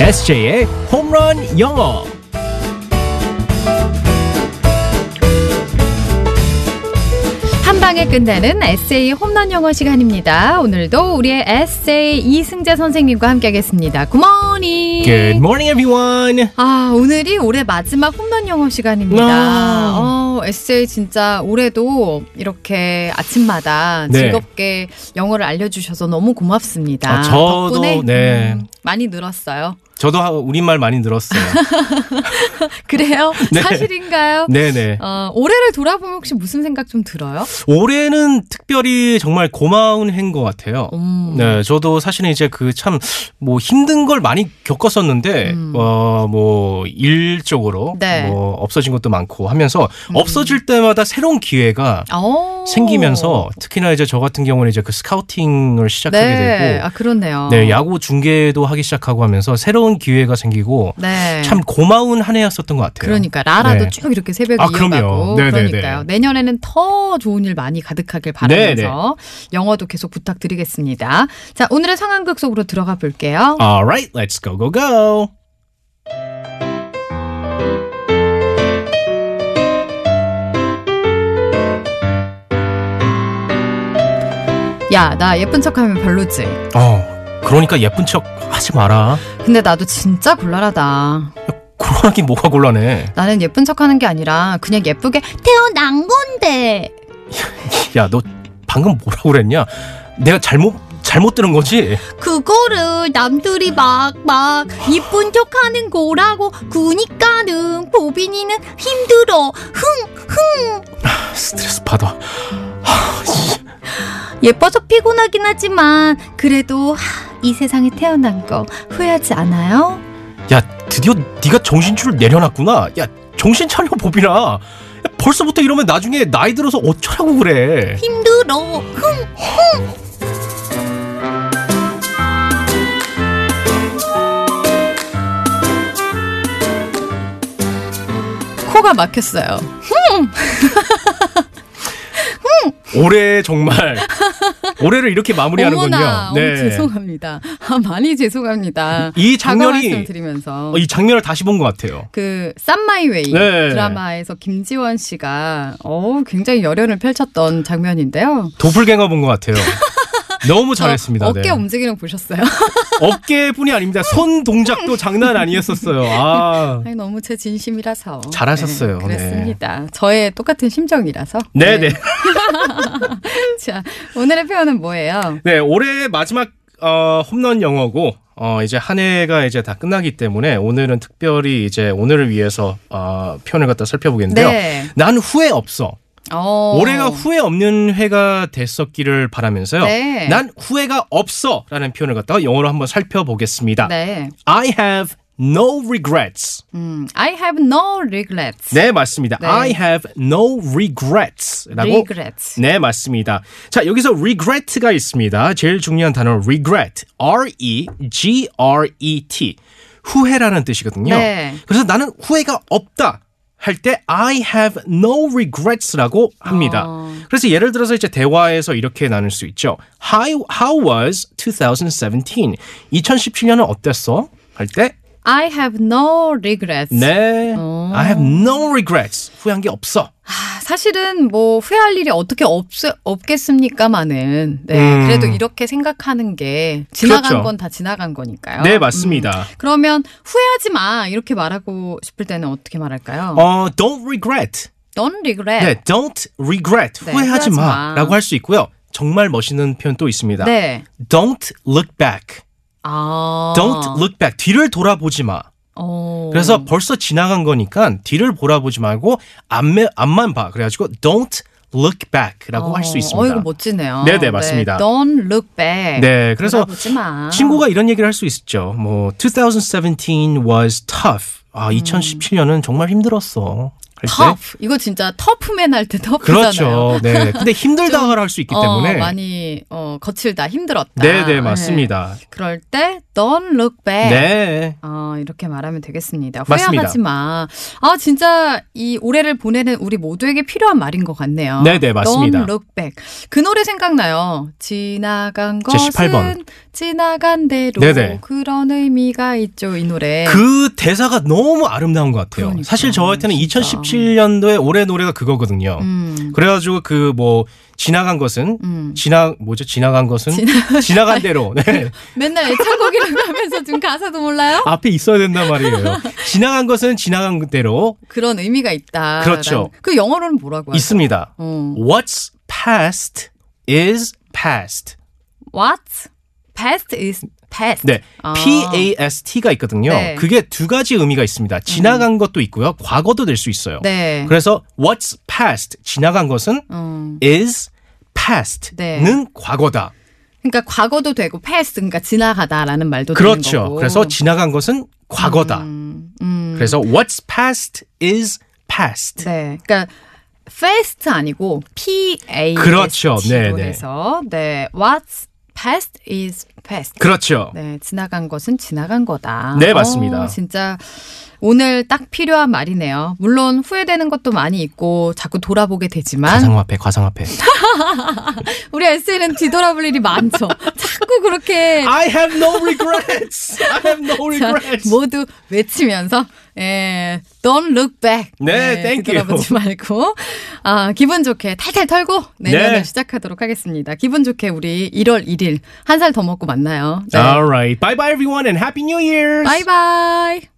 SJ의 홈런 영어. 한 방에 끝내는 에세이 홈런 영어 시간입니다. 오늘도 우리의 에세이 이승재 선생님과 함께하겠습니다. 굿모닝. Good morning, everyone. 아 오늘이 올해 마지막 홈런 영어 시간입니다. 아. 어 에세이 진짜 올해도 이렇게 아침마다 네. 즐겁게 영어를 알려주셔서 너무 고맙습니다. 아, 저도, 덕분에 네. 음, 많이 늘었어요. 저도 하- 우리말 많이 늘었어요. 그래요? 네. 사실인가요? 네네. 어, 올해를 돌아보면 혹시 무슨 생각 좀 들어요? 올해는 특별히 정말 고마운 해인 것 같아요. 음. 네, 저도 사실은 이제 그 참 뭐 힘든 걸 많이 겪었었는데, 음. 어, 뭐 일적으로 네. 뭐 없어진 것도 많고 하면서 음. 없어질 때마다 새로운 기회가 어. 생기면서 특히나 이제 저 같은 경우는 이제 그 스카우팅을 시작하게 네. 되고 아 그렇네요. 네, 야구 중계도 하기 시작하고 하면서 새로운 기회가 생기고 네. 참 고마운 한 해였었던 것 같아요. 그러니까 라라도 네. 쭉 이렇게 새벽에 아, 그럼요. 이어가고 네, 네, 그러니까요. 내년에는 더 좋은 일 많이 네, 가득하길 바라면서 영어도 계속 부탁드리겠습니다. 자, 오늘의 상황극 속으로 들어가 볼게요. Alright, let's go go go. 야, 나 예쁜 척하면 별로지. 어, 그러니까 예쁜 척 하지 마라. 근데 나도 진짜 곤란하다. 곤란하긴 뭐가 곤란해. 나는 예쁜 척하는 게 아니라 그냥 예쁘게 태어난 건데. 야, 너 방금 뭐라고 그랬냐? 내가 잘못 잘못 들은 거지? 그거를 남들이 막 막 이쁜 척하는 거라고 그니까는 보빈이는 힘들어. 스트레스 받아. 예뻐서 피곤하긴 하지만 그래도 하, 이 세상에 태어난 거 후회하지 않아요? 야, 드디어 네가 정신줄을 내려놨구나. 야, 정신 차려 보비라. 야, 벌써부터 이러면 나중에 나이 들어서 어쩌라고 그래. 힘들어. 코가 막혔어요. 올해 정말 올해를 이렇게 마무리하는군요. 네. 어머나, 어머, 죄송합니다. 아, 많이 죄송합니다. 이 사과 장면이 말씀 드리면서 어, 이 장면을 다시 본 것 같아요. 그 쌈마이웨이 네. 드라마에서 김지원 씨가 어 굉장히 열연을 펼쳤던 장면인데요. 도플갱어 본 것 같아요. 너무 저 잘했습니다. 어깨 네. 움직이는 거 보셨어요? 어깨뿐이 아닙니다. 손 동작도 장난 아니었었어요. 아. 아니 너무 제 진심이라서 잘하셨어요. 네, 그렇습니다. 저의 똑같은 심정이라서. 네, 네. 자 오늘의 표현은 뭐예요? 네, 올해 마지막 어, 홈런 영어고 어, 이제 한 해가 이제 다 끝나기 때문에 오늘은 특별히 이제 오늘을 위해서 어, 표현을 갖다 살펴보겠는데요. 네. 난 후회 없어. 어. 올해가 후회 없는 해가 됐었기를 바라면서요. 네. 난 후회가 없어라는 표현을 갖다가 영어로 한번 살펴보겠습니다. 네. I have no regrets. 음, I have no regrets. 네, 맞습니다. 네. I have no regrets라고. regrets. 네, 맞습니다. 자, 여기서 regret가 있습니다. 제일 중요한 단어 regret. R E G R E T. 후회라는 뜻이거든요. 네. 그래서 나는 후회가 없다. 할 때 I have no regrets라고 합니다. 어. 그래서 예를 들어서 이제 대화에서 이렇게 나눌 수 있죠. How, how was 2017? 2017년은 어땠어? 할 때 I have no regrets. 네. 어. I have no regrets. 후회한 게 없어. 아, 사실은 뭐 후회할 일이 어떻게 없, 없겠습니까마는 네, 음. 그래도 이렇게 생각하는 게 지나간 그렇죠. 건 다 지나간 거니까요. 네, 맞습니다. 음, 그러면 후회하지 마 이렇게 말하고 싶을 때는 어떻게 말할까요? 어, don't regret. Don't regret. 네, don't regret. 네, 후회하지 후회하지 마. 마. 라고 할 수 있고요. 정말 멋있는 표현 또 있습니다. 네. Don't look back. 아. Don't look back. 뒤를 돌아보지 마. 어. 그래서 벌써 지나간 거니까 뒤를 돌아보지 말고 앞매, 앞만 봐. 그래가지고 don't look back라고 할 수 어, 있습니다. 이거 멋지네요. 네, 네, 맞습니다. 네, don't look back. 네, 그래서 보지 마. 친구가 이런 얘기를 할 수 있죠. 음. 뭐 2017 was tough. 아, 2017년은 정말 힘들었어. 할 때. 터프. 이거 진짜 터프맨 할 때 터프잖아요. 그렇죠. 네. 근데 힘들다가를 할 수 있기 어, 때문에. 많이 아, 어, 거칠다, 힘들었다. 네, 네, 맞습니다. 네. 그럴 때 don't look back. 네. 어, 이렇게 말하면 되겠습니다. 맞습니다. 후회하지 마. 아, 진짜 이 올해를 보내는 우리 모두에게 필요한 말인 것 같네요. 네, 네, 맞습니다. Don't look back. 그 노래 생각나요. 지나간 제 18 번. 것은 지나간 대로 네, 네. 그런 의미가 있죠, 이 노래. 그 대사가 너무 아름다운 것 같아요. 네. 그러니까, 사실 저한테는 진짜. 2017년도에 올해 노래가 그거거든요. 음. 그래가지고 그 뭐 지나간 것은 음. 지나 뭐죠? 지나간 것은 지나... 간 대로. 네. 맨날 애창곡이라고 하면서 지금 가사도 몰라요? 앞에 있어야 된단 말이에요. 지나간 것은 지나간 대로 그런 의미가 있다. 그렇죠. 그 영어로는 뭐라고 하죠? 있습니다. 어. What's past is past. What? Past is past. 네. 아. PAST가 있거든요. 네. 음. 그게 두 가지 의미가 있습니다. 지나간 것도 있고요. 과거도 될 수 있어요. 네. 그래서 what's past 지나간 것은 어. is past는 네. 과거다. 그러니까 과거도 되고 past 그러니까 지나가다라는 말도 되는 그렇죠. 거고. 그래서 지나간 것은 과거다. 음, 음. 그래서 what's past is past. 네. 그러니까 fast 아니고 p a 그렇죠. 네, 네. 해서 네. What's past is past. 그렇죠. 네, 지나간 것은 지나간 거다. 네, 맞습니다. 어, 진짜 오늘 딱 필요한 말이네요. 물론 후회되는 것도 많이 있고 자꾸 돌아보게 되지만 과상화폐, 과상화폐. 우리 SL은 뒤돌아볼 일이 많죠. 자꾸 그렇게 I have no regrets. I have no 자, 뭐 regrets. 모두 외치면서 예, don't look back. 네, thank you. 돌아보지 말고 아, 기분 좋게 탈탈 털고 내년을 네. 시작하도록 하겠습니다. 기분 좋게 우리 1월 1일 한 살 더 먹고 만나요. 네. All right. Bye bye everyone and happy new year. 바이바이.